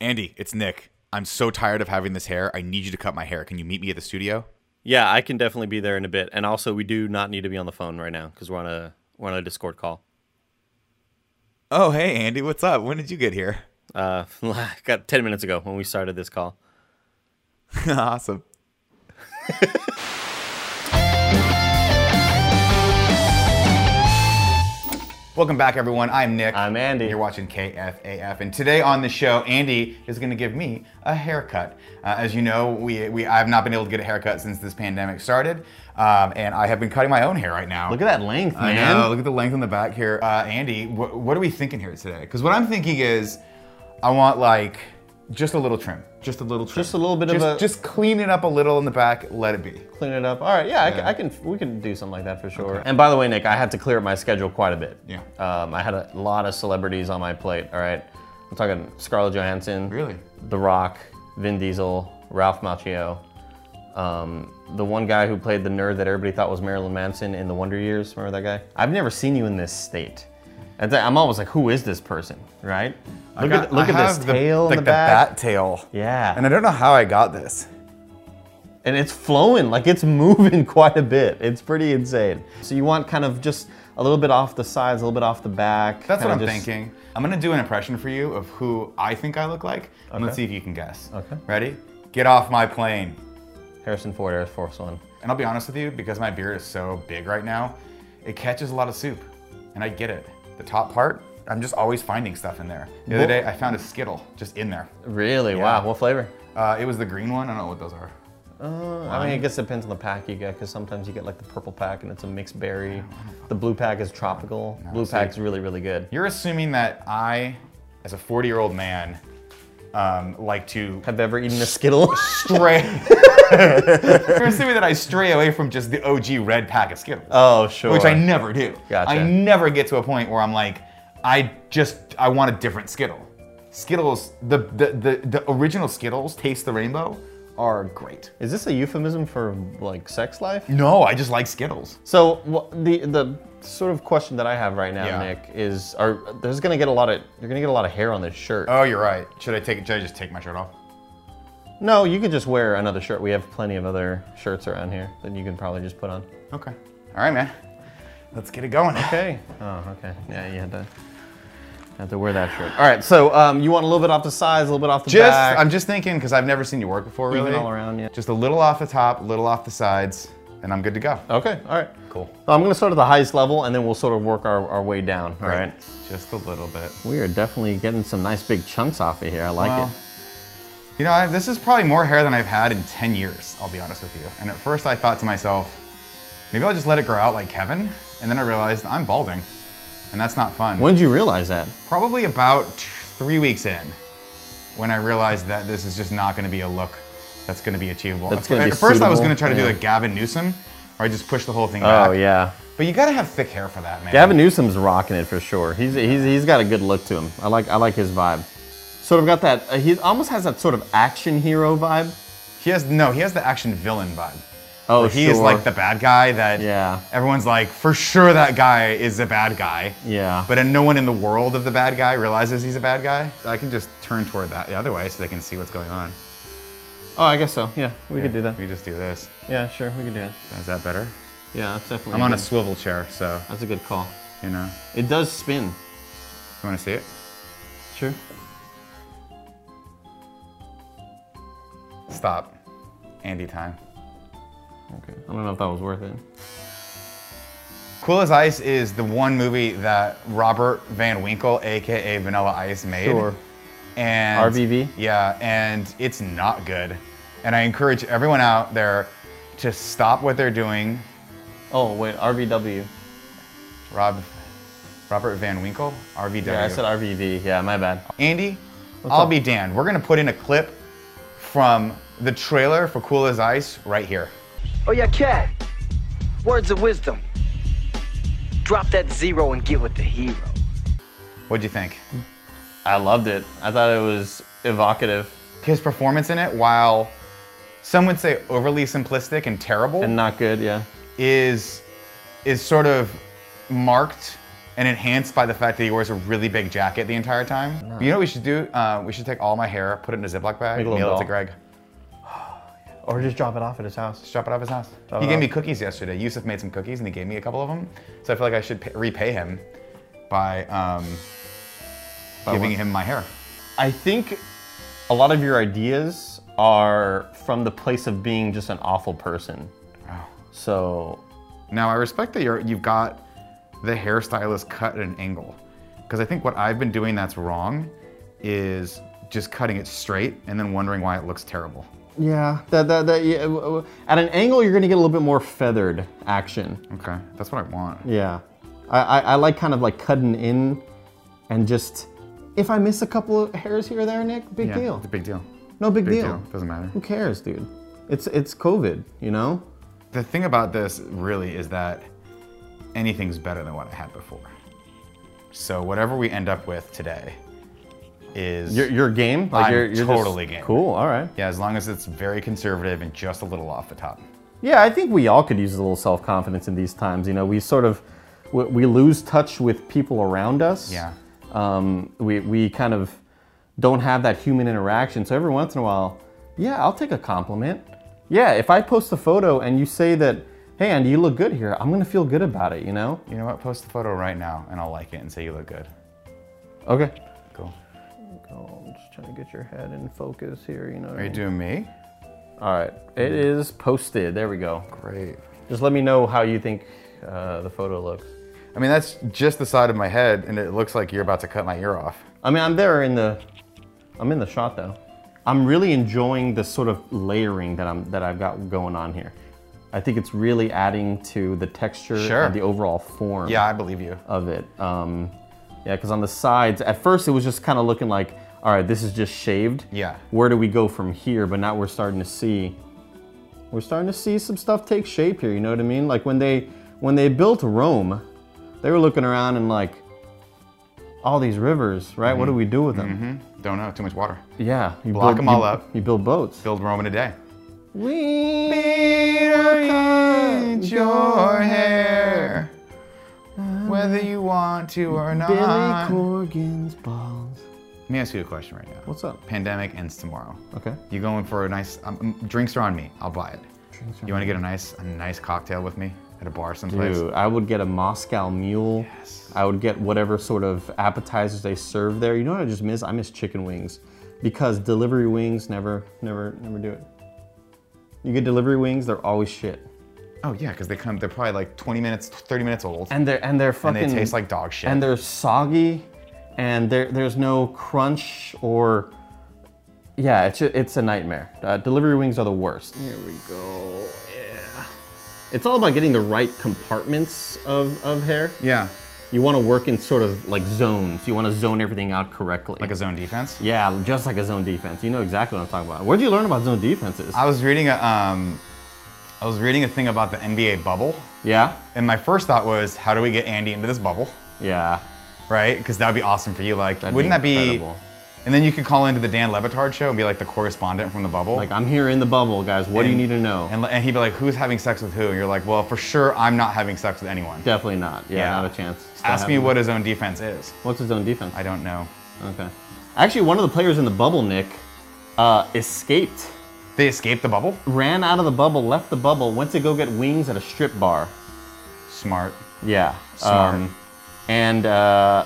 Andy, it's Nick. I'm so tired of having this hair. I need you to cut my hair. Can you meet me at the studio? Yeah, I can definitely be there in a bit. And also, we do not need to be on the phone right now because we're on a we're on a Discord call. Oh, hey, Andy, what's up? When did you get here? Uh, got ten minutes ago when we started this call. awesome. Welcome back, everyone. I'm Nick. I'm Andy. You're watching KFAF, and today on the show, Andy is going to give me a haircut. Uh, as you know, we, we I've not been able to get a haircut since this pandemic started, um, and I have been cutting my own hair right now. Look at that length, I man. know. Look at the length on the back here, uh, Andy. Wh- what are we thinking here today? Because what I'm thinking is, I want like just a little trim, just a little trim, Just a little bit of Just- a- just clean it up a little in the back. Let it be. Clean it up. All right, yeah, I c- I, can. We can do something like that for sure. And by the way, Nick, I had to clear up my schedule quite a bit. Yeah. Um, I had a lot of celebrities on my plate. All right, I'm talking Scarlett Johansson. Really? The Rock, Vin Diesel, Ralph Macchio. Um, the one guy who played the nerd that everybody thought was Marilyn Manson in The Wonder Years. Remember that guy? I've never seen you in this state. And that- I'm almost like, who is this person, right? I Look got- at look I at this have the- tail in like the back, bat tail. Yeah. And I don't know how I got this. and it's flowing, like it's moving quite a bit. It's pretty insane. So you want kind of just a little bit off the sides, a little bit off the back. That's what kinda I'm just- thinking. I'm gonna do an impression for you of who I think I look like, and let's see if you can guess. Okay. Ready? Get off my plane. Harrison Ford, Air Force One. And I'll be honest with you, because my beard is so big right now, it catches a lot of soup. And I get it. The top part, I'm just always finding stuff in there. The other Well- day, I found a Skittle just in there. Really? Yeah. Wow. What flavor? Uh, it was the green one. I don't know what those are. Uh, I mean, I guess it depends on the pack you get, because sometimes you get like the purple pack and it's a mixed berry. The blue pack is tropical. blue see. pack's really, really good. You're assuming that I, as a 40 year old man, um, like to Have you ever eaten a Skittle? stray. You're assuming that I stray away from just the OG red pack of Skittles. oh, sure. which I never do. Gotcha. I never get to a point where I'm like, I just I want a different Skittle. Skittles, the the the, the original Skittles, Taste the Rainbow, are great. Is this a euphemism for like sex life? No, I just like Skittles. So wh- the the sort of question that I have right now, Yeah. Nick, is are there's gonna get a lot of you're gonna get a lot of hair on this shirt. Oh, you're right. Should I take? Should I just take my shirt off? no, you could just wear another shirt. We have plenty of other shirts around here that you can probably just put on. Okay. All right, man. Let's get it going. Okay. Oh, okay. Yeah, you had to had to wear that shirt. All right. So um, you want a little bit off the sides, a little bit off the Just, back. I'm just thinking because I've never seen you work before, Even really. all around, yeah. Just a little off the top, a little off the sides, and I'm good to go. okay. All right. Cool. So I'm gonna start at the highest level, and then we'll sort of work our, our way down. All right. Just a little bit. We are definitely getting some nice big chunks off of here. I like Well, it. You know, I, this is probably more hair than I've had in 10 years, I'll be honest with you. And at first I thought to myself, maybe I'll just let it grow out like Kevin. And then I realized I'm balding. And that's not fun. When did you realize that? Probably about t- three weeks in when I realized that this is just not going to be a look that's going to be achievable. That's At- gonna at be first I was suitable, going to try to do yeah. like Gavin Newsom, or I just push the whole thing back. Oh yeah. But you got to have thick hair for that, man. Gavin Newsom's rocking it for sure. He's, he's, he's got a good look to him. I like I like his vibe. Sort of got that. Uh, he almost has that sort of action hero vibe. He has no. He has the action villain vibe. Oh, Where he is sure. like the bad guy that Yeah. everyone's like, for sure that guy is a bad guy. Yeah. But then no one in the world of the bad guy realizes he's a bad guy. I can just turn toward that the other way so they can see what's going on. Oh, I guess so. Yeah, we could do that. We just do this. Yeah, sure, we could do it. Is that better? Yeah, that's definitely. I'm on a good- swivel chair, so That's a good call. you know. It does spin. You want to see it? Sure. Stop. Andy time. Okay. I don't know if that was worth it. Cool as Ice is the one movie that Robert Van Winkle, aka Vanilla Ice, made. Sure. And RVV? Yeah, and it's not good. And I encourage everyone out there to stop what they're doing. Oh wait, RVW. Rob, Robert Van Winkle, RVW. Yeah, I said RVV. Yeah, my bad. Andy, I'll up? be damned. We're gonna put in a clip from the trailer for Cool as Ice right here. Oh yeah, cat. Words of wisdom. Drop that zero and get with the hero. What'd you think? I loved it. I thought it was evocative His performance in it, while some would say overly simplistic and terrible, and not good. Yeah. is is sort of marked and enhanced by the fact that he wears a really big jacket the entire time. You know what we should do? Uh, we should take all my hair, put it in a Ziploc bag, Make a mail little it to doll. Greg. Or just drop it off at his house. Drop it off his house. Drop he it gave off. me cookies yesterday. Yusuf made some cookies and he gave me a couple of them. So I feel like I should pay, repay him by, um, giving what? him my hair. I think a lot of your ideas are from the place of being just an awful person. So Now I respect that you're, you've got the hairstylist cut at an angle, because I think what I've been doing that's wrong is just cutting it straight and then wondering why it looks terrible. yeah, that that, that yeah, w- w- at an angle you're gonna get a little bit more feathered action. Okay, that's what I want. Yeah, I, I, I like kind of like cutting in, and just if I miss a couple of hairs here or there, Nick, big Yeah, deal. It's a big deal. no big, Big deal. deal. Doesn't matter. Who cares, dude? It's it's COVID, you know. The thing about this really is that anything's better than what I had before. So whatever we end up with today is Your your game, like I'm you're, you're totally just, game. Cool. All right. yeah, as long as it's very conservative and just a little off the top. Yeah, I think we all could use a little self confidence in these times. You know, we sort of we, we lose touch with people around us. Yeah. Um, we we kind of don't have that human interaction. So every once in a while, yeah, I'll take a compliment. Yeah, if I post a photo and you say that, hey, Andy, you look good here, I'm gonna feel good about it. You know? You know what? Post the photo right now, and I'll like it and say you look good. Okay. Cool. Oh, I'm just trying to get your head in focus here. You know. Are you doing me? All right. It is posted. There we go. Great. Just let me know how you think uh, the photo looks. I mean, that's just the side of my head, and it looks like you're about to cut my ear off. I mean, I'm there in the, I'm in the shot though. I'm really enjoying the sort of layering that I'm that I've got going on here. I think it's really adding to the texture Sure. and the overall form Yeah, I believe you. of it. Um, yeah, because on the sides, at first it was just kind of looking like, all right, this is just shaved. Yeah. Where do we go from here? But now we're starting to see, we're starting to see some stuff take shape here. You know what I mean? Like when they when they built Rome, they were looking around and like, all these rivers, right? What do we do with them? Don't know. Too much water. Yeah. Mm-hmm. You Block 'em all you- up. You build boats. Build Rome in a day. We Pinch your hair, whether you want to or not. Billy Ah. Corgan's balls. Let me ask you a question right now. What's up? Pandemic ends tomorrow. Okay. You going for a nice? Um, um, drinks are on me. I'll buy it. Drinks are you want to get a nice, a nice cocktail with me at a bar someplace? Dude, I would get a Moscow Mule. Yes. I would get whatever sort of appetizers they serve there. You know what I just miss? I miss chicken wings, because delivery wings never, never, never do it. You get delivery wings, they're always shit, Oh yeah, because they come. They're probably like 20 minutes, 30 minutes old, and they're and they're and fucking they taste like dog shit. and they're soggy, and there there's no crunch or. Yeah, it's ju- it's a nightmare. Uh, delivery wings are the worst. Here we go. Yeah. It's all about getting the right compartments of, of hair. yeah, You want to work in sort of like zones. You want to zone everything out correctly. like a zone defense. yeah, just like a zone defense. You know exactly what I'm talking about. Where'd you learn about zone defenses? I was reading a, um, I was reading a thing about the NBA bubble, yeah, and my first thought was, how do we get Andy into this bubble? yeah. right? Because that would be awesome for you. Like, That'd be wouldn't that be? incredible. And then you could call into the Dan Levitard show and be like the correspondent from the bubble. Like I'm here in the bubble, guys. What do you need to know? And, and he'd be like, "Who's having sex with who?" And you're like, "Well, for sure, I'm not having sex with anyone." Definitely not. Yeah, Yeah. not a chance. It's not Ask me happening. what his own defense is. What's his zone defense? I don't know. Okay. Actually, one of the players in the bubble, Nick, uh, escaped, They escaped the bubble. ran out of the bubble, left the bubble, went to go get wings at a strip bar. Smart. Yeah. um, Smart. and uh,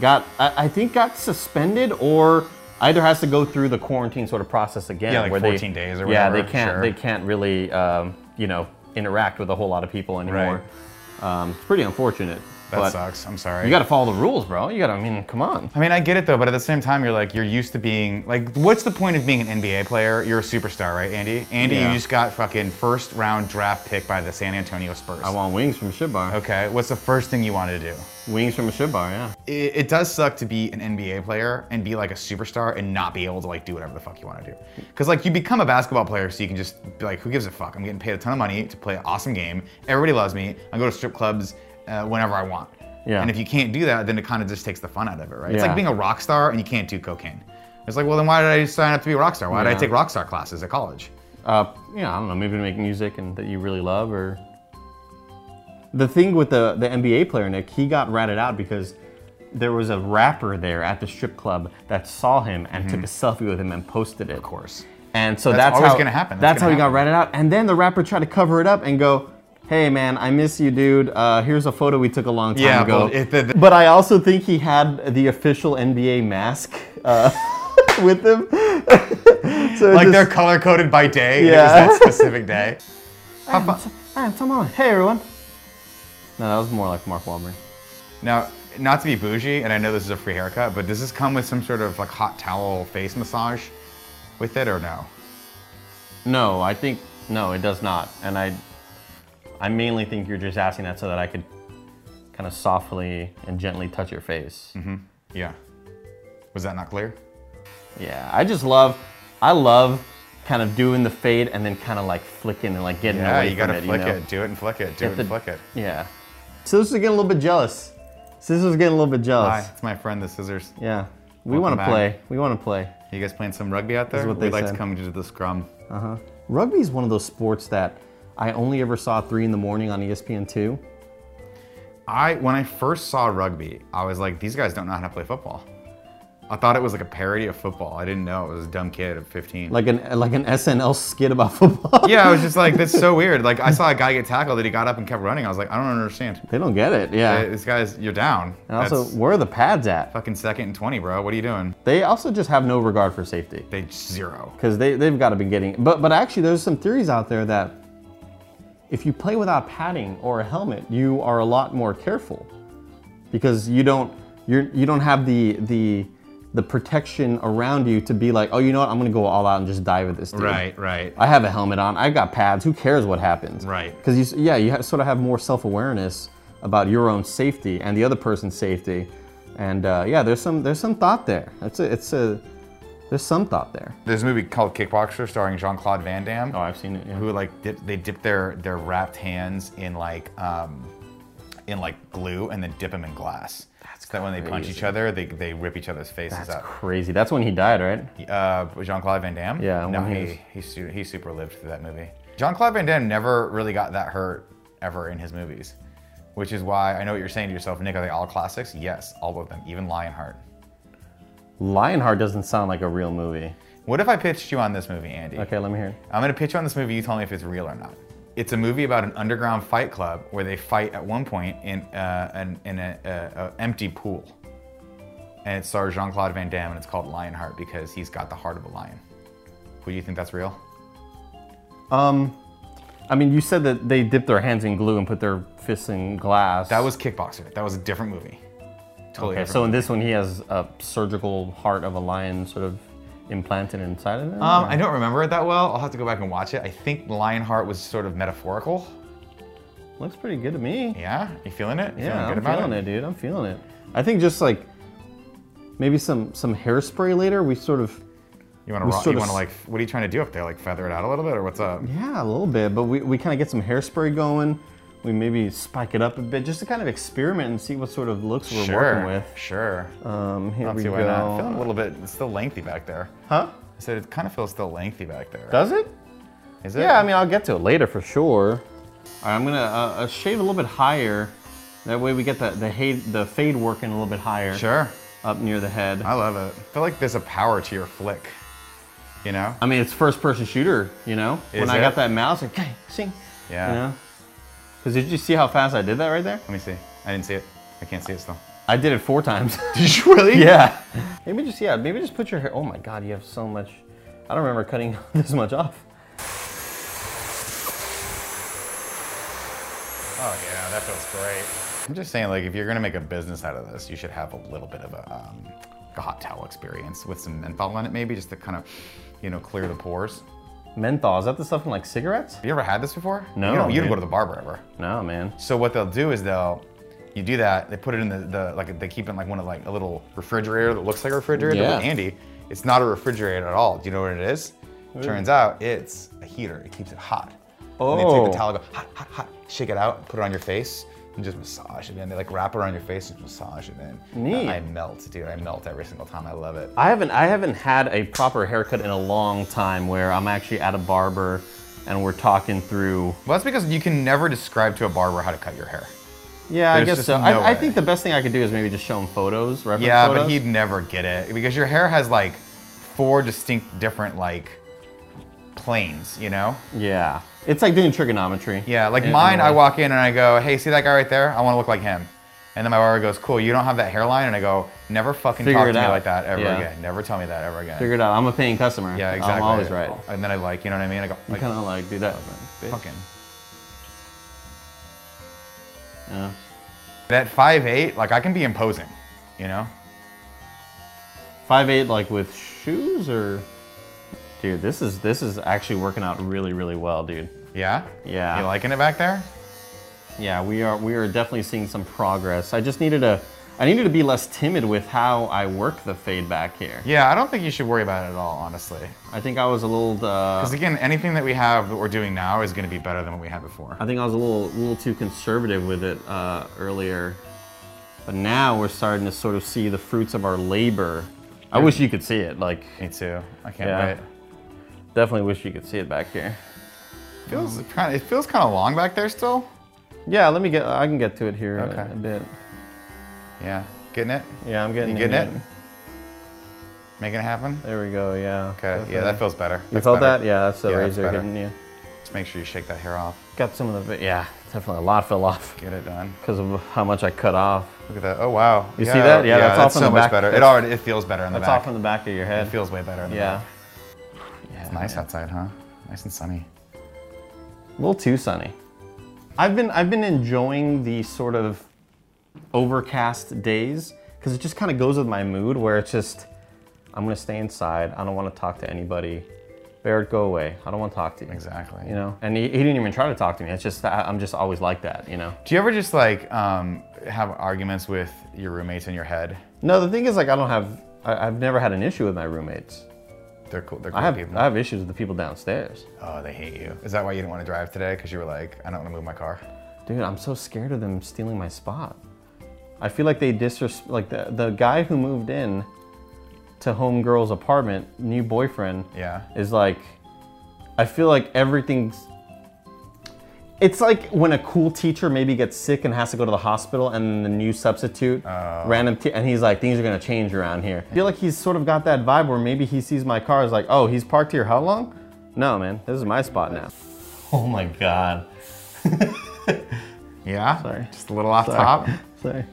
got, I, I think, got suspended or either has to go through the quarantine sort of process again. Yeah, like where they- 14 days or Yeah, they whatever, can't, sure. they can't really, um, you know, interact with a whole lot of people anymore. Um, it's pretty unfortunate. That but sucks. I'm sorry. You got to follow the rules, bro. You got to, I mean, come on. I mean, I get it though, but at the same time, you're like, you're used to being like, what's the point of being an NBA player? You're a superstar, right, Andy? Andy, Yeah. you just got fucking first round draft pick by the San Antonio Spurs. I want wings from a shit bar. okay, what's the first thing you want to do? Wings from a shit bar, yeah. it, it does suck to be an NBA player and be like a superstar and not be able to like do whatever the fuck you want to do. Because like you become a basketball player so you can just be like, who gives a fuck? I'm getting paid a ton of money to play an awesome game. Everybody loves me. I go to strip clubs uh, whenever I want. Yeah. And if you can't do that, then it kind of just takes the fun out of it, right? It's Yeah. like being a rock star and you can't do cocaine. It's like, well, then why did I sign up to be a rock star? Why did Yeah. I take rock star classes at college? Uh, yeah, I don't know, maybe to make music and that you really love or the thing with the, the NBA player, Nick, he got ratted out because there was a rapper there at the strip club that saw him and took a selfie with him and posted it. Of Mm-hmm. course. And so that's, That's always how, gonna happen. That's, That's how gonna he got happen. ratted out. And then the rapper tried to cover it up and go, "Hey man, I miss you, dude. Uh, here's a photo we took a long time Yeah, ago." well, it- the- the- but I also think he had the official NBA mask uh, with him. so it Like just- they're color coded by day. Yeah. It Yeah. was that specific day. How fu- Hey, come on. Hey, everyone. No, that was more like Mark Wahlberg. Now, not to be bougie, and I know this is a free haircut, but does this come with some sort of like hot towel face massage with it or no? No, I think no, it does not. And I, I mainly think you're just asking that so that I could kind of softly and gently touch your face. Mm-hmm. Yeah. Was that not clear? Yeah, I just love, I love kind of doing the fade and then kind of like flicking and like getting Yeah, away Ah, you from gotta it. flick you know? it. Do it and flick it. Do Get it the- and flick it. Yeah. So this is getting a little bit jealous. So this was getting a little bit jealous. Hi, it's my friend, the Scissors. Yeah. We Welcome want to back. play. We want to play. You guys playing some rugby out there? what We'd they like said. to come to the scrum. Rugby is one of those sports that I only ever saw at three in the morning on E ESPN two. I when I first saw rugby, I was like, these guys don't know how to play football. I thought it was like a parody of football. I didn't know it was a dumb kid of 15. like an like an SNL skit about football. yeah, I was just like, that's so weird. Like I saw a guy get tackled, that he got up and kept running. I was like, I don't understand. they don't get it. Yeah. Uh, This guy's, you're down. and also, That's where are the pads at? fucking second and 20, bro. What are you doing? They also just have no regard for safety They zero. because they they've got to be getting. But but actually, there's some theories out there that if you play without padding or a helmet, you are a lot more careful because you don't you're you don't have the the the protection around you to be like, oh, you know what, I'm gonna go all out and just dive at this. Dude. Right, right. I have a helmet on. I got pads. Who cares what happens? Right. Because you, s- yeah, you ha- sort of have more self-awareness about your own safety and the other person's safety, and uh, yeah, there's some there's some thought there. It's a, it's a there's some thought there. There's a movie called Kickboxer starring Jean-Claude Van Damme. I've seen it. who like dip, they dip their their wrapped hands in like um in like glue and then dip them in glass. That's so that when they punch crazy. each other, they, they rip each other's faces That's up. crazy. That's when he died, right? uh, Jean Claude Van Damme. Yeah, no, when he he was- he, su- he super lived through that movie. Jean Claude Van Damme never really got that hurt ever in his movies, which is why I know what you're saying to yourself, Nick. Are they all classics? Yes, all of them, even Lionheart. Lionheart doesn't sound like a real movie. What if I pitched you on this movie, Andy? Okay, let me hear. it. I'm gonna pitch on this movie. You tell me if it's real or not. It's a movie about an underground fight club where they fight at one point in uh, an in a, a, a empty pool, and it stars Jean Claude Van Damme, and it's called Lionheart because he's got the heart of a lion. Would you think that's real? Um, I mean, you said that they dipped their hands in glue and put their fists in glass. That was Kickboxer. That was a different movie. Totally okay. different. So in this one, he has a surgical heart of a lion, sort of implanted inside of him. um, I don't remember it that well. I'll have to go back and watch it. I think Lionheart was sort of metaphorical. Looks pretty good to me. Yeah, you feeling it? You Yeah, feeling good I'm about feeling it? dude. I'm feeling it. I think just like maybe some some hairspray later. We sort of You want We to rock? sort You of want to s- like? What are you trying to do up there? Like feather it out a little bit, or what's up? yeah a little bit, but we, we kind of get some hairspray going. We maybe spike it up a bit just to kind of experiment and see what sort of looks we're working with. Sure. Um, here Don't we see go. why not. Feeling a little bit. It's still lengthy back there. Huh? I said it kind of feels still lengthy back there. Does it? Is it? Yeah, I mean I'll get to it later for sure. All right, I'm gonna uh, uh, shave a little bit higher. That way we get the the, hay, the fade working a little bit higher. Sure. Up near the head. I love it. I feel like there's a power to your flick. You know? I mean, it's first person shooter, you know? Is when I it? got that mouse, like, okay, sing. Yeah. You know? Because did you see how fast I did that right there? Let me see. I didn't see it. I can't see it still. I did it four times. Did you really? yeah. Maybe just, yeah, maybe just put your hair. Oh my God, you have so much. I don't remember cutting this much off. Oh yeah, that feels great. I'm just saying, like, if you're gonna make a business out of this, you should have a little bit of a, um, a hot towel experience with some menthol in it, maybe, just to kind of, you know, clear the pores. Menthol, is that the stuff in like cigarettes? Have you ever had this before? No, You don't, you don't dude. go to the barber ever. No, man. So what they'll do is they'll, you do that. They put it in the, the like they keep it in like one of like a little refrigerator that looks like a refrigerator. Yeah. But Andy, it's not a refrigerator at all. Do you know what it is? Turns out it's a heater. It keeps it hot. And they take Oh. the towel, go hot, hot, hot, shake it out, put it on your face, and just massage it in. They like wrap it around your face and massage it in. Neat. I melt, dude. I melt every single time. I love it. I haven't I haven't had a proper haircut in a long time where I'm actually at a barber and we're talking through. Well, that's because you can never describe to a barber how to cut your hair. Yeah, There's I guess just so. no I, I way. think the best thing I could do is maybe just show him photos, reference Yeah, photos. but he'd never get it because your hair has like four distinct different like planes, you know? Yeah, it's like doing trigonometry. Yeah, like In- in a mine, I way. walk in and I go, hey, see that guy right there? I want to look like him. And then my barber goes, cool, you don't have that hairline. And I go, never fucking Figure talk it to me out. like that ever Yeah. again. Never tell me that ever again. Figure it out. I'm a paying customer. yeah, exactly. I'm always right. And then I like, you know what I mean? I go, You like, kind of like do that. bitch. fucking. Yeah. That 5'8, like I can be imposing, you know? Five eight, like with shoes or. Dude, this is this is actually working out really really well, dude. Yeah? Yeah. You liking it back there? Yeah, we are we are definitely seeing some progress. I just needed a I needed to be less timid with how I work the fade back here. Yeah, I don't think you should worry about it at all, honestly. I think I was a little uh, Because again, anything that we have that we're doing now is going to be better than what we had before. I think I was a little little too conservative with it uh, earlier. But now we're starting to sort of see the fruits of our labor. I wish you could see it. Like Me too. I can't Yeah. wait. definitely wish you could see it back here. Feels kind of, it feels kind of long back there still. Yeah, let me get I can get to it here a- Okay. a, bit. Yeah, getting it, Yeah, I'm getting You getting in it? making it happen. There we go. Yeah. Okay, yeah, that feels better. You felt that? Yeah, that's the Yeah, that's razor better. hitting you. Just make sure you shake that hair off. Got some of the yeah, definitely a lot fell off. Get it done. because of how much I cut off. Look at that. Oh wow. You see that? Yeah, that's off in so the much back. better. It That's- already it feels better in the That's back. off on the back of your it head. feels way better. In the yeah. back. yeah. It's nice man. outside, huh? Nice and sunny. A little too sunny. I've been I've been enjoying the sort of overcast days because it just kind of goes with my mood where it's just I'm gonna stay inside. I don't want to talk to anybody. Barrett, go away. I don't want to talk to you. Exactly. You know, and he, he didn't even try to talk to me. It's just I, I'm just always like that. You know. Do you ever just like um, have arguments with your roommates in your head? No, the thing is like I don't have I, I've never had an issue with my roommates. They're cool. They're cool I have people. I have issues with the people downstairs. Oh, they hate you. Is that why you didn't want to drive today? Because you were like, I don't want to move my car. Dude, I'm so scared of them stealing my spot. I feel like they disres like the the guy who moved in to homegirl's apartment, new boyfriend, Yeah. is like I feel like everything's it's like when a cool teacher maybe gets sick and has to go to the hospital, and then the new substitute, random, t- and he's like, things are gonna change around here. I feel like he's sort of got that vibe where maybe he sees my car, is like, oh, he's parked here how long? No, man, this is my spot now. Oh my god. Yeah. Sorry. Just a little off Sorry. top. Sorry.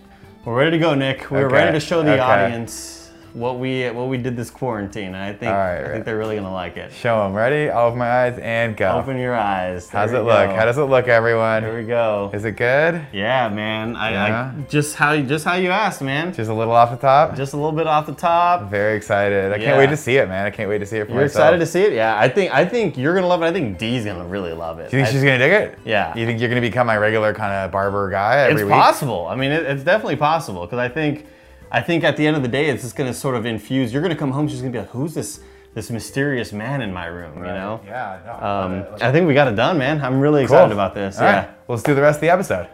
We're ready to go, Nick. We're Okay. ready to show the Okay. audience what we what we did this quarantine. I think All right, I right. think they're really gonna like it. Show them. Ready? All of my eyes and go. Open your eyes. There How's it we look? go. How does it look, There everyone? we go. Is it good? Yeah, man. I, Yeah? I just how just how you asked, man. Just, Just a little off the top. a little bit off the top. very excited. I Yeah. can't wait to see it, man. I can't wait to see it for You're myself. excited to see it? Yeah. I think I think you're gonna love it. I think Dee's gonna really love it. Do you think I- she's gonna dig it? Yeah. You think you're gonna become my regular kind of barber guy every it's week? possible. I mean, it, it's definitely possible because I think, I think at the end of the day, it's just going to sort of infuse. You're going to come home. She's going to be like, "Who's this this mysterious man in my room?" You know. Yeah. No, Um, I think we got it done, man. I'm really excited about this. All yeah. right, Let's do the rest of the episode.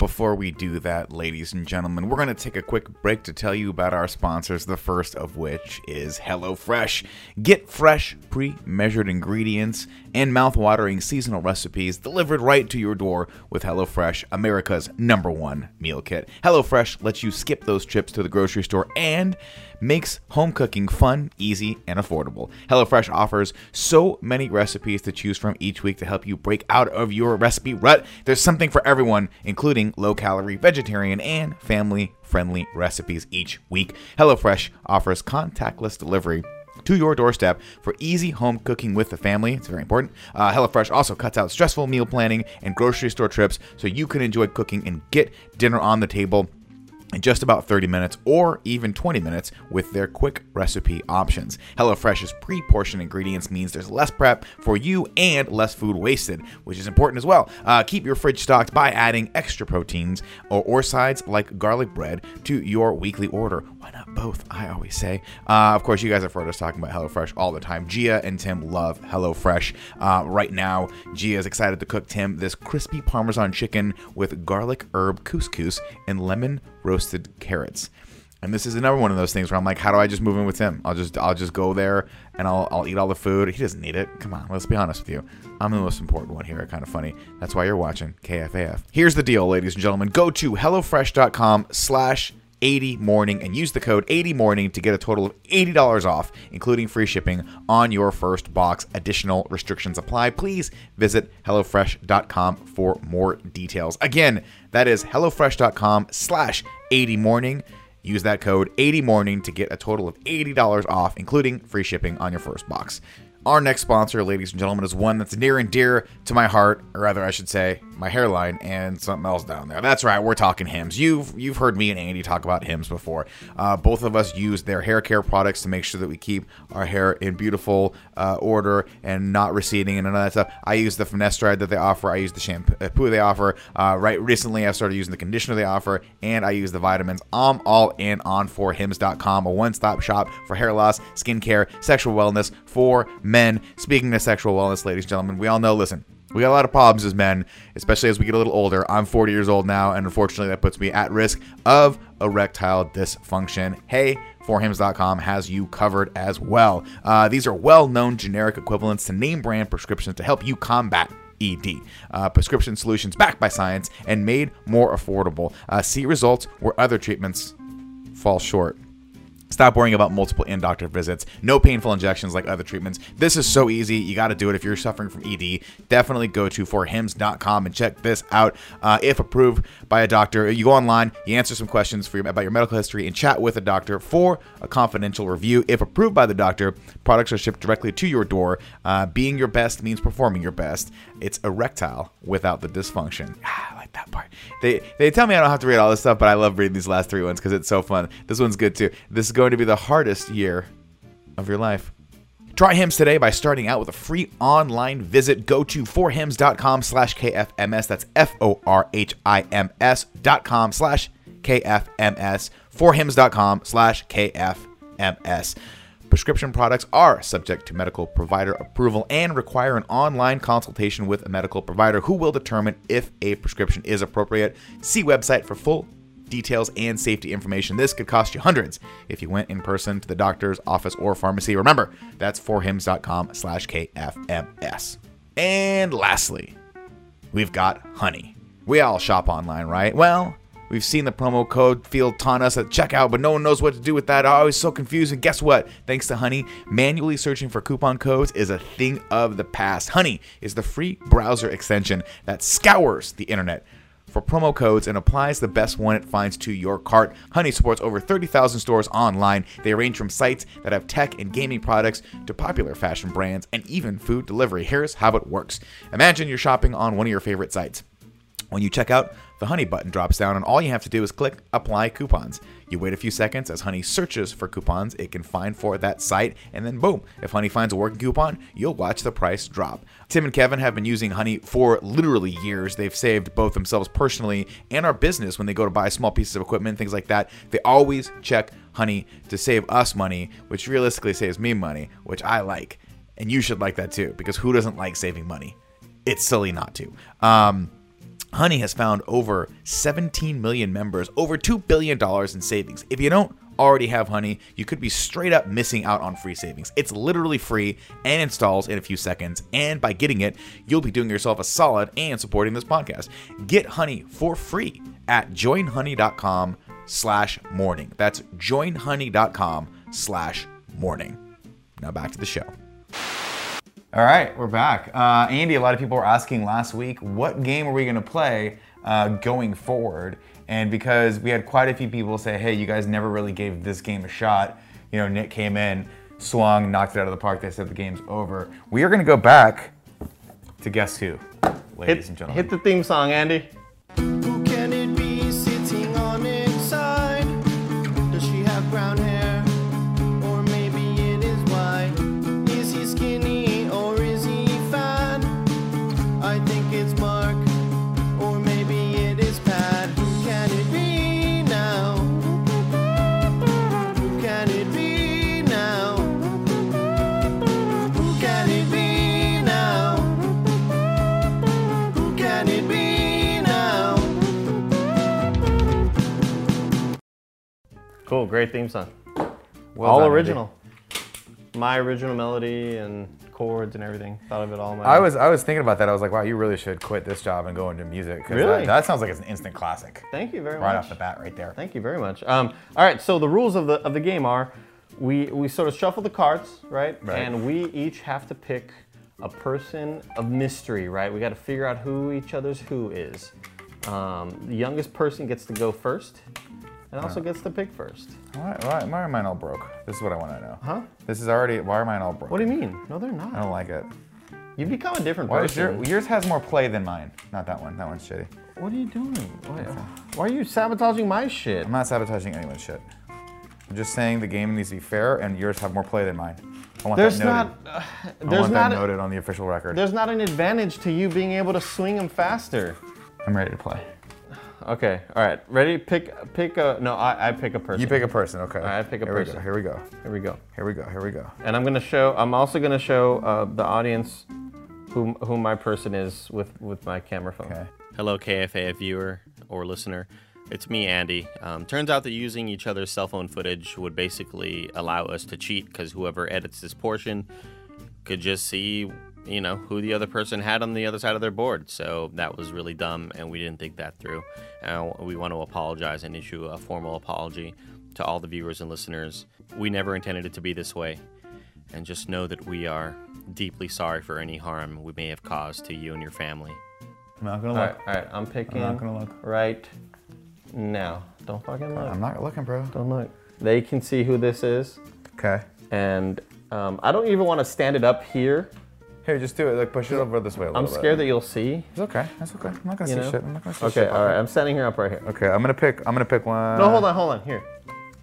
Before we do that, ladies and gentlemen, we're going to take a quick break to tell you about our sponsors, the first of which is HelloFresh. Get fresh, pre measured ingredients and mouth-watering seasonal recipes delivered right to your door with HelloFresh, America's number one meal kit. HelloFresh lets you skip those trips to the grocery store and makes home cooking fun, easy, and affordable. HelloFresh offers so many recipes to choose from each week to help you break out of your recipe rut. There's something for everyone, including low calorie, vegetarian, and family friendly recipes each week. HelloFresh offers contactless delivery. To your doorstep for easy home cooking with the family. It's very important. Uh, HelloFresh also cuts out stressful meal planning and grocery store trips so you can enjoy cooking and get dinner on the table in just about 30 minutes or even 20 minutes with their quick recipe options. HelloFresh's pre portioned ingredients means there's less prep for you and less food wasted, which is important as well. Uh, keep your fridge stocked by adding extra proteins or, or sides like garlic bread to your weekly order. Why not both? I always say. Uh, of course, you guys have heard us talking about HelloFresh all the time. Gia and Tim love HelloFresh. Uh, right now, Gia is excited to cook Tim this crispy Parmesan chicken with garlic herb couscous and lemon roasted carrots. And this is another one of those things where I'm like, how do I just move in with him? I'll just I'll just go there and I'll I'll eat all the food. He doesn't need it. Come on, let's be honest with you. I'm the most important one here. Kind of funny. That's why you're watching KFAF. Here's the deal, ladies and gentlemen. Go to hellofresh.com/slash 80 morning and use the code 80 morning to get a total of $80 off including free shipping on your first box additional restrictions apply please visit hellofresh.com for more details again that is hellofresh.com slash 80 morning use that code 80 morning to get a total of $80 off including free shipping on your first box our next sponsor, ladies and gentlemen, is one that's near and dear to my heart, or rather, I should say, my hairline and something else down there. That's right, we're talking Hims. You've you've heard me and Andy talk about Hims before. Uh, both of us use their hair care products to make sure that we keep our hair in beautiful uh, order and not receding and none of that stuff. I use the finasteride that they offer. I use the shampoo they offer. Uh, right recently, I started using the conditioner they offer, and I use the vitamins. I'm all in on for Hims.com, a one-stop shop for hair loss, skincare, sexual wellness for men. Speaking of sexual wellness, ladies and gentlemen, we all know, listen, we got a lot of problems as men, especially as we get a little older. I'm 40 years old now, and unfortunately, that puts me at risk of erectile dysfunction. Hey, forhims.com has you covered as well. Uh, these are well known generic equivalents to name brand prescriptions to help you combat ED. Uh, prescription solutions backed by science and made more affordable. Uh, see results where other treatments fall short. Stop worrying about multiple in doctor visits. No painful injections like other treatments. This is so easy. You got to do it if you're suffering from ED. Definitely go to forhims.com and check this out. Uh, if approved by a doctor, uh, you go online, you answer some questions for your, about your medical history, and chat with a doctor for a confidential review. If approved by the doctor, products are shipped directly to your door. Uh, being your best means performing your best. It's erectile without the dysfunction. Ah, I like that part. They they tell me I don't have to read all this stuff, but I love reading these last three ones because it's so fun. This one's good too. This is going to be the hardest year of your life. Try Hims today by starting out with a free online visit. Go to forhims.com slash KFMS. That's F-O-R-H-I-M-S dot com slash KFMS. Forhims.com slash KFMS. Prescription products are subject to medical provider approval and require an online consultation with a medical provider who will determine if a prescription is appropriate. See website for full details and safety information. This could cost you hundreds if you went in person to the doctor's office or pharmacy. Remember, that's forhims.com slash KFMS. And lastly, we've got honey. We all shop online, right? Well, we've seen the promo code field taunt us at checkout, but no one knows what to do with that. I always so confused. And guess what? Thanks to Honey, manually searching for coupon codes is a thing of the past. Honey is the free browser extension that scours the internet for promo codes and applies the best one it finds to your cart. Honey supports over 30,000 stores online. They range from sites that have tech and gaming products to popular fashion brands and even food delivery. Here's how it works Imagine you're shopping on one of your favorite sites. When you check out, the Honey button drops down, and all you have to do is click Apply Coupons. You wait a few seconds as Honey searches for coupons it can find for that site, and then boom, if Honey finds a working coupon, you'll watch the price drop. Tim and Kevin have been using Honey for literally years. They've saved both themselves personally and our business when they go to buy small pieces of equipment, things like that. They always check Honey to save us money, which realistically saves me money, which I like. And you should like that too, because who doesn't like saving money? It's silly not to. Um, Honey has found over 17 million members, over $2 billion in savings. If you don't already have Honey, you could be straight up missing out on free savings. It's literally free and installs in a few seconds. And by getting it, you'll be doing yourself a solid and supporting this podcast. Get Honey for free at joinhoney.com slash morning. That's joinhoney.com slash morning. Now back to the show. All right, we're back. Uh, Andy, a lot of people were asking last week, what game are we going to play uh, going forward? And because we had quite a few people say, hey, you guys never really gave this game a shot. You know, Nick came in, swung, knocked it out of the park. They said the game's over. We are going to go back to guess who, ladies Hit, and gentlemen. hit the theme song, Andy. Who can it be sitting on its side? Does she have brown hair? Or maybe it is white? Is he skinny or is he fat? I think it's Mark. Or maybe it is Pat. Who can it be now? Who can it be now? Who can it be now? Who can it be now? Oh, great theme song. Well all done, Andy. original. My original melody and chords and everything. Thought of it all. My I was I was thinking about that. I was like, wow, you really should quit this job and go into music. 'cause Really? That, that sounds like it's an instant classic. Thank you very Right much. off the bat, right there. Thank you very much. Um, all right, so the rules of the of the game are, we we sort of shuffle the cards, right? Right. And we each have to pick a person of mystery, right? We got to figure out who each other's who is. Um, the youngest person gets to go first, and also gets to pick first. Why, why, why are mine all broke? This is what I want to know. Huh? This is already. Why are mine all broke? What do you mean? No, they're I don't not. like it. You become a different Oh. Why is person. your, yours has more play than mine? Not that one. That one's shitty. what are you doing? Why, why are you sabotaging my shit? I'm not sabotaging anyone's shit. I'm just saying the game needs to be fair, and yours have more play than mine. I want There's that noted. not. uh, I there's want that not. a- noted on the official record. There's not an advantage to you being able to swing them faster. I'm ready to play. Okay. All right. Ready? Pick. Pick a. No, I, I pick a person. You pick a person, okay? right, I pick a Here person. We go. Here we go. Here we go. Here we go. Here we go. And I'm gonna show. I'm also gonna show uh, the audience who who my person is with with my camera phone. Okay. Hello, KFAF viewer or listener. It's me, Andy. Um, turns out that using each other's cell phone footage would basically allow us to cheat because whoever edits this portion could just see, you know, who the other person had on the other side of their board. So that was really dumb, and we didn't think that through. And we want to apologize and issue a formal apology to all the viewers and listeners. We never intended it to be this way, and just know that we are deeply sorry for any harm we may have caused to you and your family. I'm not gonna All look. right, all right. I'm picking. not gonna look. Right now. Don't fucking look. I'm not looking, bro. Don't look. They can see who this is, Okay. and um, I don't even want to stand it up here. Here, just do it. Like push it over this way a little I'm bit. scared that you'll see. It's okay. That's okay. I'm not gonna You see know. shit. I'm not gonna see Okay. shit. All right. I'm standing her up right here. Okay. I'm gonna pick. I'm gonna pick one. No, hold on, hold on. Here,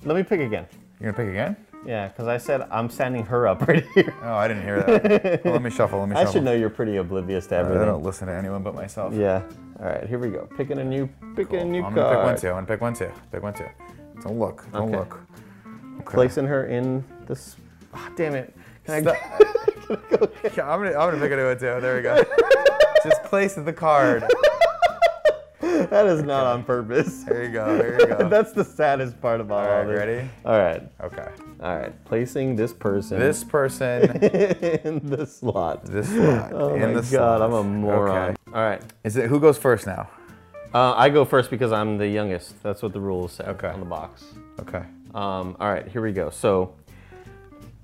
let me pick again. You're gonna pick again? Yeah, because I said I'm standing her up right here. Oh, I didn't hear that. Well, let me shuffle. Let me I shuffle. should know you're pretty oblivious to I don't everything. listen to anyone but myself. Um, Yeah. All right. Here we go. Picking a new, picking a new I'm gonna pick one card. too. I'm gonna pick one too. Pick one too. Don't look. Don't Okay. look. Okay. Placing her in this. Ah, damn it. Can I? Yeah, I'm gonna, I'm gonna pick a new one too. There we go. Just place the card. that is not on purpose. There you go. There you go. That's the saddest part about all, All right, this. ready? All right, Okay. all right. Placing this person This person, in the slot. this slot, oh in my the god, slot. I'm a moron. Okay. All right, Is it who goes first now? uh, I go first because I'm the youngest. That's what the rules say Okay. on the box. Okay. Um, all right, here we go. So,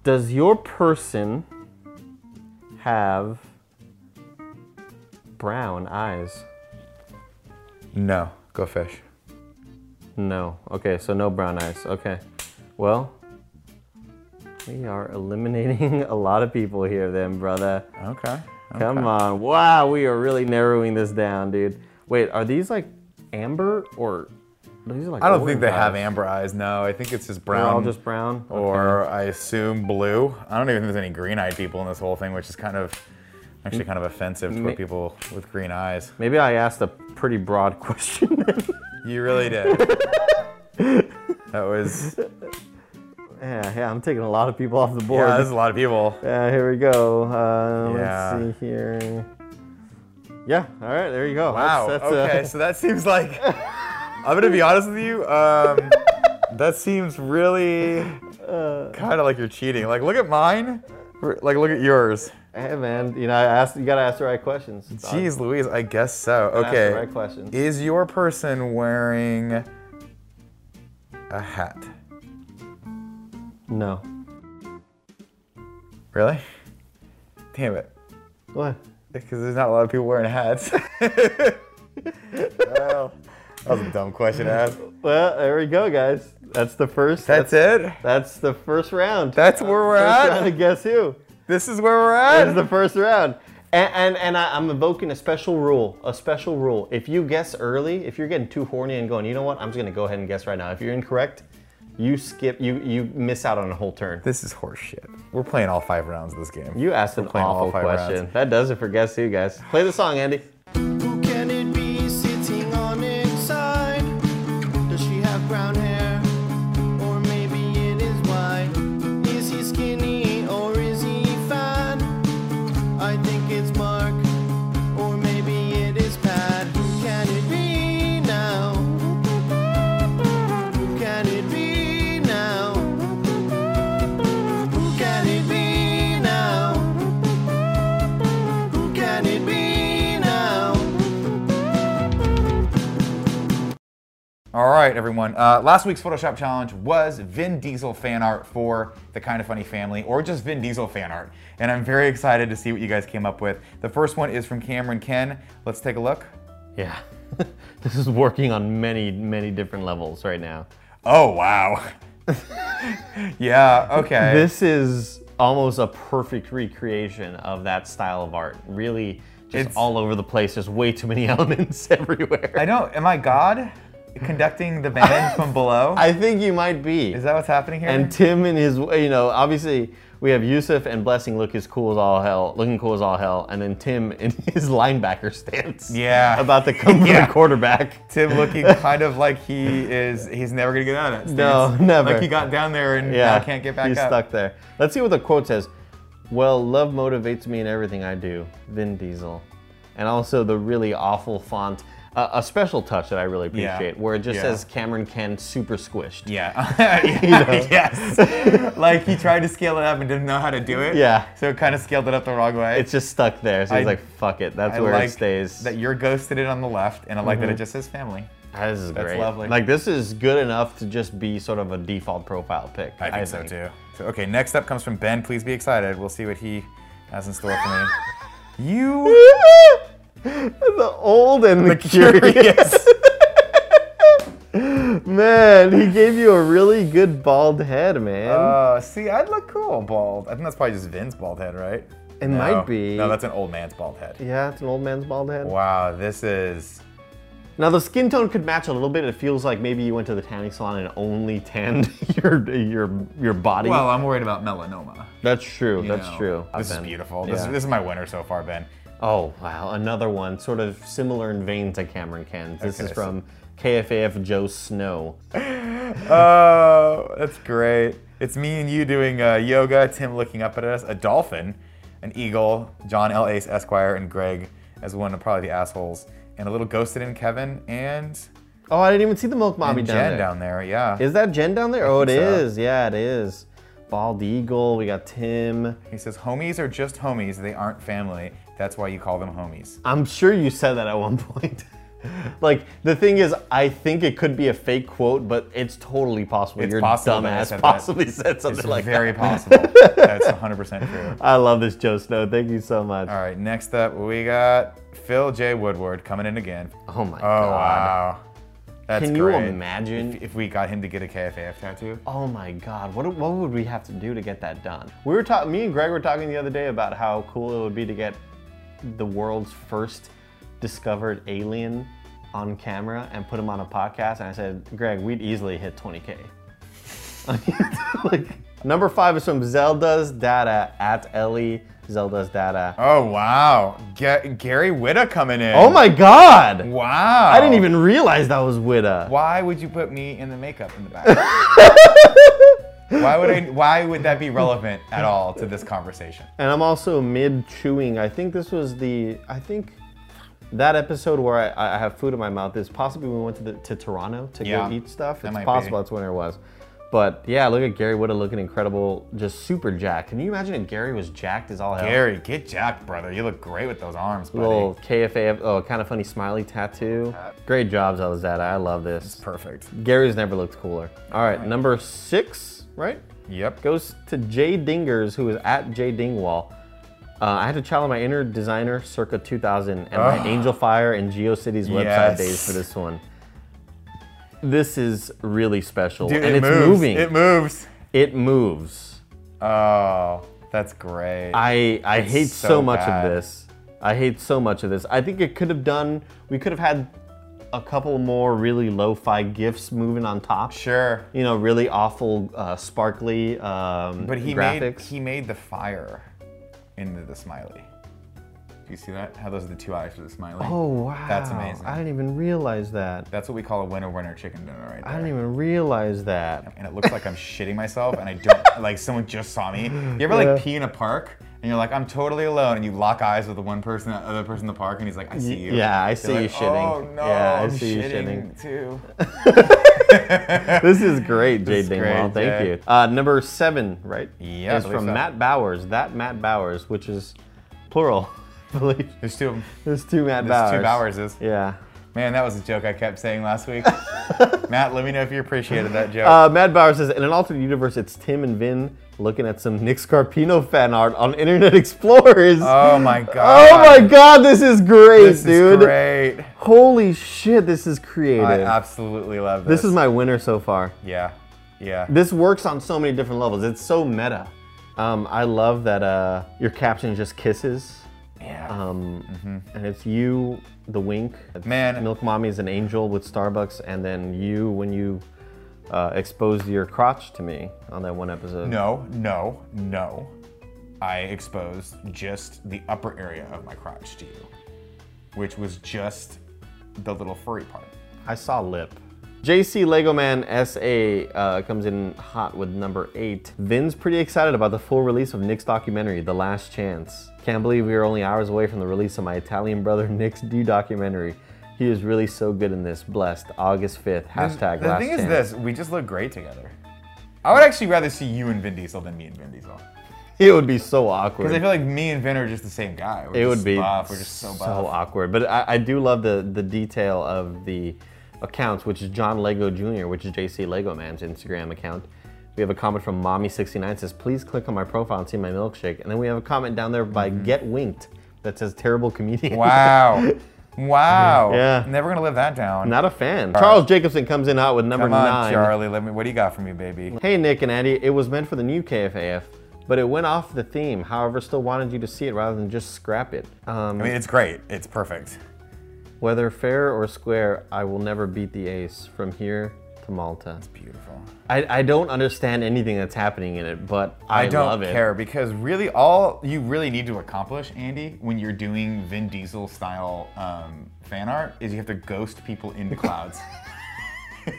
does your person have brown eyes? No. Go fish. No. Okay, so no brown eyes. Okay. Well, we are eliminating a lot of people here, then, brother. Okay. Come on. Wow, we are really narrowing this down, dude. Wait, are these like amber or these are like I don't think they orange have eyes. amber eyes. No, I think it's just They're brown. all just brown. or I assume blue. I don't even think there's any green-eyed people in this whole thing, which is kind of actually kind of offensive Ma- toward people with green eyes. Maybe I asked a pretty broad question. You really did. that was yeah, yeah, I'm taking a lot of people off the board. yeah. There's a lot of people. Yeah, here we go. Uh, Yeah. Let's see here. Yeah. All right. There you go. Wow. That's- that's, okay. uh, So that seems like I'm gonna be honest with you. Um, that seems really Uh. kind of like you're cheating. Like look at mine. r- Like look at yours. Hey man, you know, I asked, you gotta ask the right questions. dog. Jeez, Louise. I guess so. Ask the Okay. right questions. Is your person wearing a hat? no. Really? Damn it. What? Because there's not a lot of people wearing hats. well, that was a dumb question to ask. Well, there we go, guys. That's the first. That's it. That's the first round. That's where we're first at? round to guess who. This is where we're That's the at. first round. And, and, and I, I'm invoking a special rule. A special rule. If you guess early, if you're getting too horny and going, you know what, I'm just gonna go ahead and guess right now. If you're incorrect, you skip, you you miss out on a whole turn. This is horseshit. We're playing all five rounds of this game. You asked an playing all awful five question. rounds. That does it for guess who, guys. Play the song, Andy. Who can it be sitting on its side? Does she have brown hair? Or maybe it is white? Is he skinny or is he fat? I think it's Mark, or maybe it is Pat. Who can it be now? Who can it be now? right, everyone. Uh, last week's Photoshop challenge was Vin Diesel fan art for the Kind of Funny family, or just Vin Diesel fan art. And I'm very excited to see what you guys came up with. The first one is from Cameron Ken. Let's take a look. Yeah. this is working on many, many different levels right now. Oh wow. yeah. Okay. This is almost a perfect recreation of that style of art. Really, just It's- all over the place. There's way too many elements everywhere. I know. Am I God conducting the band from below? I think you might be. is that what's happening here? and Tim and his, you know, obviously we have Yusuf and Blessing look as cool as all hell, looking cool as all hell, and then Tim in his linebacker stance. Yeah. About to come for Yeah. the quarterback. Tim looking kind of like he is—he's never gonna get out of it. No, It's never. Like he got down there and Yeah. now can't get back He's up. stuck there. Let's see what the quote says. Well, love motivates me in everything I do. Vin Diesel. And also the really awful font. Uh, a special touch that I really Yeah. appreciate, where it just Yeah. says Cameron Ken super squished. Yeah. Yes. like he tried to scale it up and didn't know how to do it. Yeah. So it kind of scaled it up the wrong way. It's just stuck there. So he's I- like, fuck it. That's I where like it stays. that you're ghosted it on the left, and I like that it just says family. Ah, This is That's great. lovely. Like this is good enough to just be sort of a default profile pick. So okay, next up comes from Ben. Please be excited. We'll see what he has in store for me. You the old and the, curious. Man, he gave you a really good bald head, man. Uh, see, I'd look cool bald. I think that's probably just Vin's bald head, right? It No. might be. No, that's an old man's bald head. yeah, it's an old man's bald head. Wow, this is. Now the skin tone could match a little bit. It feels like maybe you went to the tanning salon and only tanned your your your body. I'm worried about melanoma. that's true. you That's know. true. This Ben. is beautiful. This, Yeah. is, this is my winner so far, Ben. Oh wow, another one, sort of similar in vein to Cameron Ken's. This Okay, is so- from KFAF Joe Snow. Oh, that's great. It's me and you doing uh, yoga, Tim looking up at us, a dolphin, an eagle, John L. Ace Esquire, and Greg as one of probably the assholes, and a little ghosted in Kevin and, Oh, I didn't even see the milk mommy and down Jen there. down there. Yeah. Is that Jen down there? Oh, it think so. is. Yeah, it is. Bald Eagle. We got Tim. he says, homies are just homies. They aren't family. That's why you call them homies. I'm sure you said that at one point. like the thing is, I think it could be a fake quote, but it's totally possible. It's Your possible that I dumbass said that. possibly said something It's like very that. possible. That's 100% true. I love this Joe Snow. Thank you so much. All right, next up, we got Phil J. Woodward coming in again. Oh my Oh, god. wow. That's Can you great. imagine? If we got him to get a KFAF tattoo? Oh my God, what, what would we have to do to get that done? We were talking, me and Greg were talking the other day about how cool it would be to get the world's first discovered alien on camera and put him on a podcast. And I said, Greg, we'd easily hit 20K. like, number five is from Zelda's Data at Ellie Zelda's Data. Oh, Oh wow, Ga- Gary Witta coming in. my God! Wow. I didn't even realize that was Witta. Why would you put me in the makeup in the back? why would I? Why would that be relevant at all to this conversation? And I'm also mid chewing. I think this was the I think that episode where I, I have food in my mouth is possibly when we went to the, to Toronto to Yeah, go eat stuff. that It's might possible be. that's when it was. But yeah, look at Gary Wood looking incredible, just super jacked. Can you imagine if Gary was jacked as all hell? Gary, get jacked, brother. You look great with those arms, buddy. Little KFA, oh, kind of funny smiley tattoo. Great job, Zelazada. I love this. Perfect. Gary's never looked cooler. All right, number six, right? Yep. goes to Jay Dingers, who is at Jay Dingwall. Uh, I had to challenge my inner designer circa 2000 and my Angel Fire and GeoCities Ah. website Yes. days for this one. This is really special, Dude, and it it's moves. moving. It moves. It moves. Oh, that's great. I I hate so, so much bad. of this. I hate so much of this. I think it could have done. We could have had a couple more really lo-fi gifs moving on top. sure. You know, really awful, uh, sparkly um, But he graphics. made he made the fire into the smiley. Do you see that? How those are the two eyes for the smiley. Oh wow. That's amazing. I didn't even realize that. That's what we call a winner winner chicken dinner right there. I didn't even realize that. and it looks like I'm shitting myself and I don't like someone just saw me. You ever like Yeah. pee in a park and you're like, I'm totally alone and you lock eyes with the one person, the other person in the park and he's like, I see you. yeah, I You're see you like, shitting. Oh no, Yeah, I I am see you shitting, too. This is great, Jade is Dingwall. great, Thank Jay. you. Uh, number seven, right? Yeah, I Is believe from so. Matt Bowers. That Matt Bowers, which is plural, I believe. There's two of them. There's two Matt There's Bowers. two Bowerses. Yeah. Man, that was a joke I kept saying last week. Matt, let me know if you appreciated that joke. Uh, Mad Bauer says, in an alternate universe, it's Tim and Vin looking at some Nick Scarpino fan art on Internet Explorers. oh my god. oh my god, this is great, This dude. is great. Holy shit, this is creative. I absolutely love this. this is my winner so far. yeah, yeah. This works on so many different levels. It's so meta. Um, I love that uh, your caption is just kisses. yeah. Um, And it's you, the wink. Man. Milk Mommy is an angel with Starbucks, and then you when you uh, exposed your crotch to me on that one episode. no, no, no. I exposed just the upper area of my crotch to you, which was just the little furry part. I saw lip. JC Lego Man SA uh, comes in hot with number eight. Vin's pretty excited about the full release of Nick's documentary, The Last Chance. Can't believe we are only hours away from the release of my Italian brother Nick's D documentary. He is really so good in this. Blessed. August 5th. Hashtag the last thing chance. is this, we just look great together. I would actually rather see you and Vin Diesel than me and Vin Diesel. It would be so Because I awkward. feel like me and Vin are just the same guy. We're It just would be buff. We're just so buff. awkward. But I, I do love the, the detail of the accounts, which is John Lego Jr., which is JC Lego Man's Instagram account. We have a comment from Mommy69 says, please click on my profile and see my milkshake. And then we have a comment down there by Get Winked that says terrible comedian. Mm-hmm. Wow. Wow. Yeah. Never gonna live that down. Not a fan. Charles Jacobson comes in hot with number Come on, nine. Charlie. Let me. What do you got for me, baby? Hey Nick and Andy, it was meant for the new KFAF, but it went off the theme. However, still wanted you to see it rather than just scrap it. Um, I mean, it's great. It's perfect. Whether fair or square, I will never beat the ace from here to Malta. Beautiful. I, I don't understand anything that's happening in it, but I, I, don't love it. care because really, all you really need to accomplish, Andy, when you're doing Vin Diesel style um, fan art, is you have to ghost people in the clouds.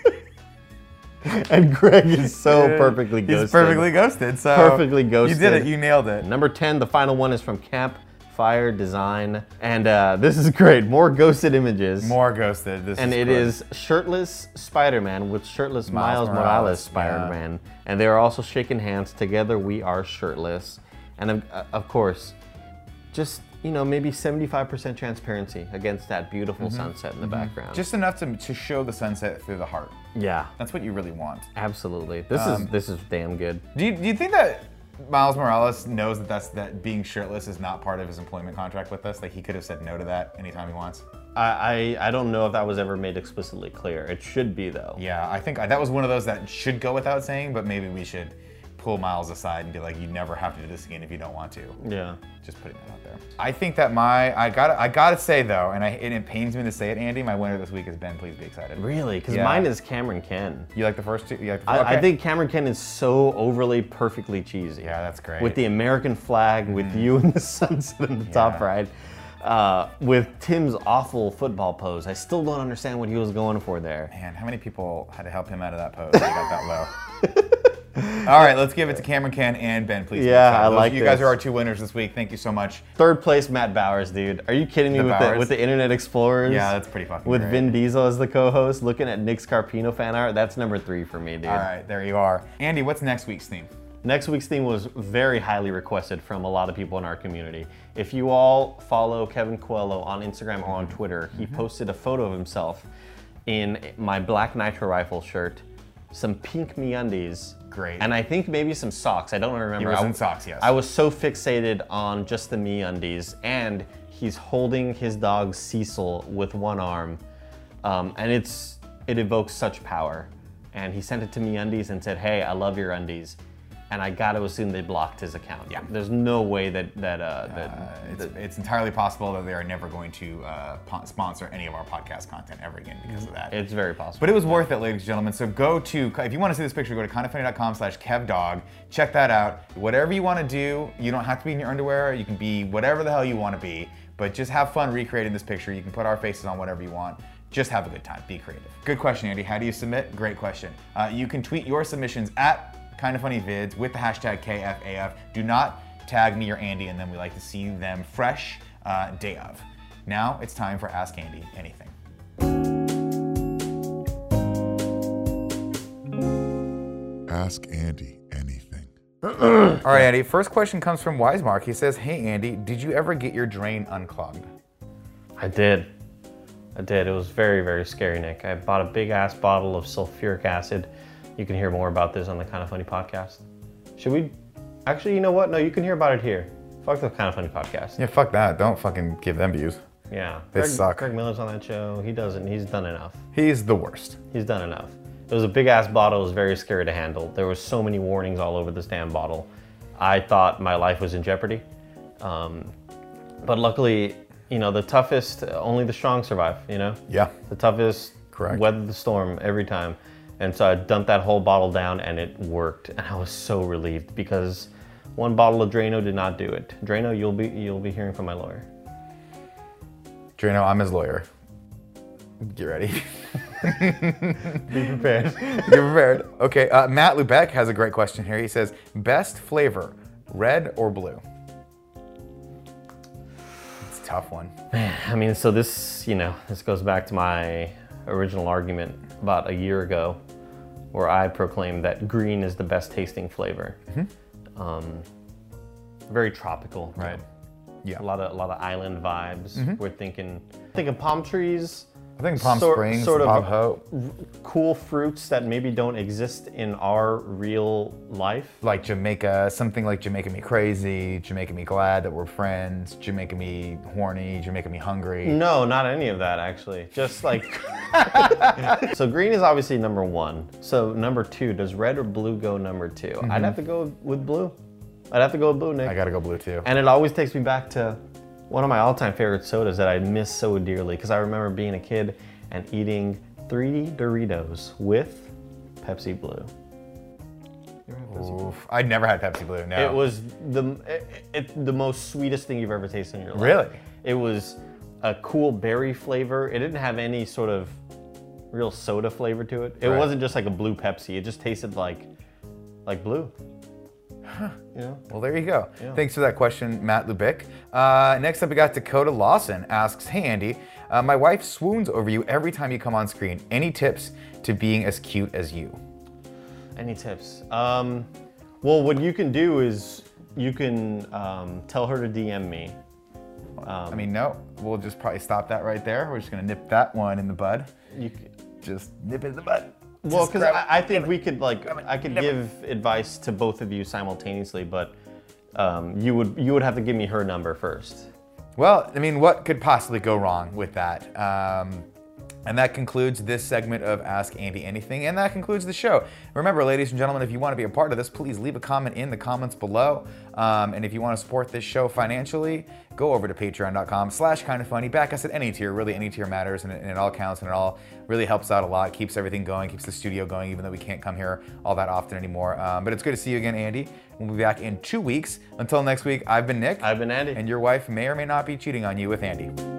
And Greg is so perfectly ghosted. He's perfectly ghosted. So Perfectly You did ghosted. it. You nailed it. Number 10, the final one is from Camp Fire Design. And uh, this is great. More ghosted images. More ghosted. This And is it good. is shirtless Spider Man with shirtless Miles, Miles Morales, Morales, Spider Man. And they are also shaking hands. Together we are shirtless. And of, uh, of course, just, you know, maybe 75% transparency against that beautiful sunset in the background. just enough to, to show the sunset through the heart. yeah, Um, That's what you really want. absolutely. This is this is damn good. Do you, do you think that Miles Morales knows that that's that being shirtless is not part of his employment contract with us? Like he could have said no to that anytime he wants. I, I, I don't know if that was ever made explicitly clear. It should be though. Yeah, I think I, that was one of those that should go without saying, but maybe we should pull Miles aside and be like, you never have to do this again if you don't want to. Yeah. Just putting that out there. I think that my I gotta I gotta say though, and, I, and it pains me to say it, Andy. My winner this week is Ben. Please be excited. Really? Because Yeah. mine is Cameron Ken. You like the first two? You like the, I, I okay. think Cameron Ken is so overly perfectly cheesy. Yeah, that's great. Mm. With the American flag, with you in the sunset in the top Yeah. right, uh, with Tim's awful football pose. I still don't understand what he was going for there. Man, how many people had to help him out of that pose? They got that low. All right, let's give it to Cameron Can and Ben, please. Yeah, I Those- like You guys this. are our two winners this week. Thank you so much. Third place, Matt Bowers, dude. Are you kidding me The with the, Bowers? with the Internet Explorers? Yeah, that's pretty fucking With great. Vin Diesel as the co-host, looking at Nick's Carpino fan art. That's number three for me, dude. All right, there you are. Andy, what's next week's theme? Next week's theme was very highly requested from a lot of people in our community. If you all follow Kevin Coelho on Instagram or on Twitter, he posted a photo of himself in my black nitro rifle shirt, some pink meundies, Great. and I think maybe some socks. I don't remember. He was I- in socks, yes. I was so fixated on just the meundies, and he's holding his dog Cecil with one arm, um, and it's it evokes such power. And he sent it to MeUndies and said, "Hey, I love your undies," and I got to assume they blocked his account. Yeah. There's no way that that uh, that It's, it's entirely possible that they are never going to uh, po- sponsor any of our podcast content ever again because of that. it's very possible. But it was worth it, ladies and gentlemen. So go to, if you want to see this picture, go to kindoffunny.com slash kevdog. Check that out. Whatever you want to do, you don't have to be in your underwear. You can be whatever the hell you want to be. But just have fun recreating this picture. You can put our faces on whatever you want. Just have a good time. Be creative. Good question, Andy. How do you submit? Great question. Uh, you can tweet your submissions at kindoffunnyvids with the hashtag KFAF. Do not tag me or Andy, and then we like to see them fresh uh, day of. Now it's time for Ask Andy Anything. Ask Andy anything. All right, Andy. First question comes from Wisemark. He says, "Hey, Andy, did you ever get your drain unclogged?" I did. I did. It was very, very scary, Nick. I bought a big ass bottle of sulfuric acid. You can hear more about this on the Kind of Funny podcast. Should we? Actually, you know what? No, you can hear about it here. Fuck the Kind of Funny podcast. Yeah, fuck that. Don't fucking give them views. Yeah. They Greg, suck. Greg Miller's on that show. He doesn't. He's done enough. He's the worst. He's done enough. It was a big ass bottle. It was very scary to handle. There was so many warnings all over this damn bottle. I thought my life was in jeopardy. Um, but luckily, you know, the toughest, only the strong survive, you know? Yeah. The toughest, Correct. weather the storm every time. And so I dumped that whole bottle down and it worked. And I was so relieved because one bottle of Drano did not do it. Drano, you'll be you'll be hearing from my lawyer. Drano, I'm his lawyer. Get ready. Prepared. Get prepared. Okay, uh, Matt Lubeck has a great question here. He says, best flavor, red or blue? It's a tough one. I mean, so this, you know, this goes back to my original argument about a year ago, where I proclaimed that green is the best tasting flavor. Mm-hmm. Um, very tropical, right? Yeah. Mm-hmm. A lot of a lot of island vibes. We're thinking thinking palm trees, I think Palm sort- Springs, sort of- Bob Hope, cool fruits that maybe don't exist in our real life. like Jamaica, something like Jamaica Me Crazy, Jamaica Me Glad that we're friends, Jamaica Me Horny, Jamaica Me Hungry. No, not any of that actually. Just like so, green is obviously number one. So number two, does red or blue go number 2 i I'd have to go with blue. I'd have to go with blue, Nick. I gotta go blue too. and it always takes me back to one of my all-time favorite sodas that I miss so dearly because I remember being a kid and eating 3D Doritos with Pepsi Blue. Oof. I never had Pepsi Blue. No. It was the it, it, the most sweetest thing you've ever tasted in your life. Really? It was a cool berry flavor. It didn't have any sort of real soda flavor to it. It Right. wasn't just like a blue Pepsi. It just tasted like like blue. You know? Well, there you go. Thanks for that question, Matt Lubick. Uh, next up, we got Dakota Lawson asks, "Hey Andy, uh, my wife swoons over you every time you come on screen. Any tips to being as cute as you?" Any tips? Um, well, what you can do is you can um, tell her to DM me. Um, I mean, no. We'll just probably stop that right there. We're just gonna nip that one in the bud. You c- Just nip it in the bud. Well, Just because grab I, it. I think we could like I could Grab it. give advice to both of you simultaneously, but um, you would you would have to give me her number first. Well, I mean, what could possibly go wrong with that? Um, and that concludes this segment of Ask Andy Anything, and that concludes the show. Remember, ladies and gentlemen, if you want to be a part of this, please leave a comment in the comments below. Um, and if you want to support this show financially, go over to patreon.com slash kind of funny. Back us at any tier, really any tier matters, and it, and it all counts, and it all really helps out a lot. Keeps everything going, keeps the studio going, even though we can't come here all that often anymore. Um, but it's good to see you again, Andy. We'll be back in two weeks. Until next week, I've been Nick I've been Andy. and your wife may or may not be cheating on you with Andy.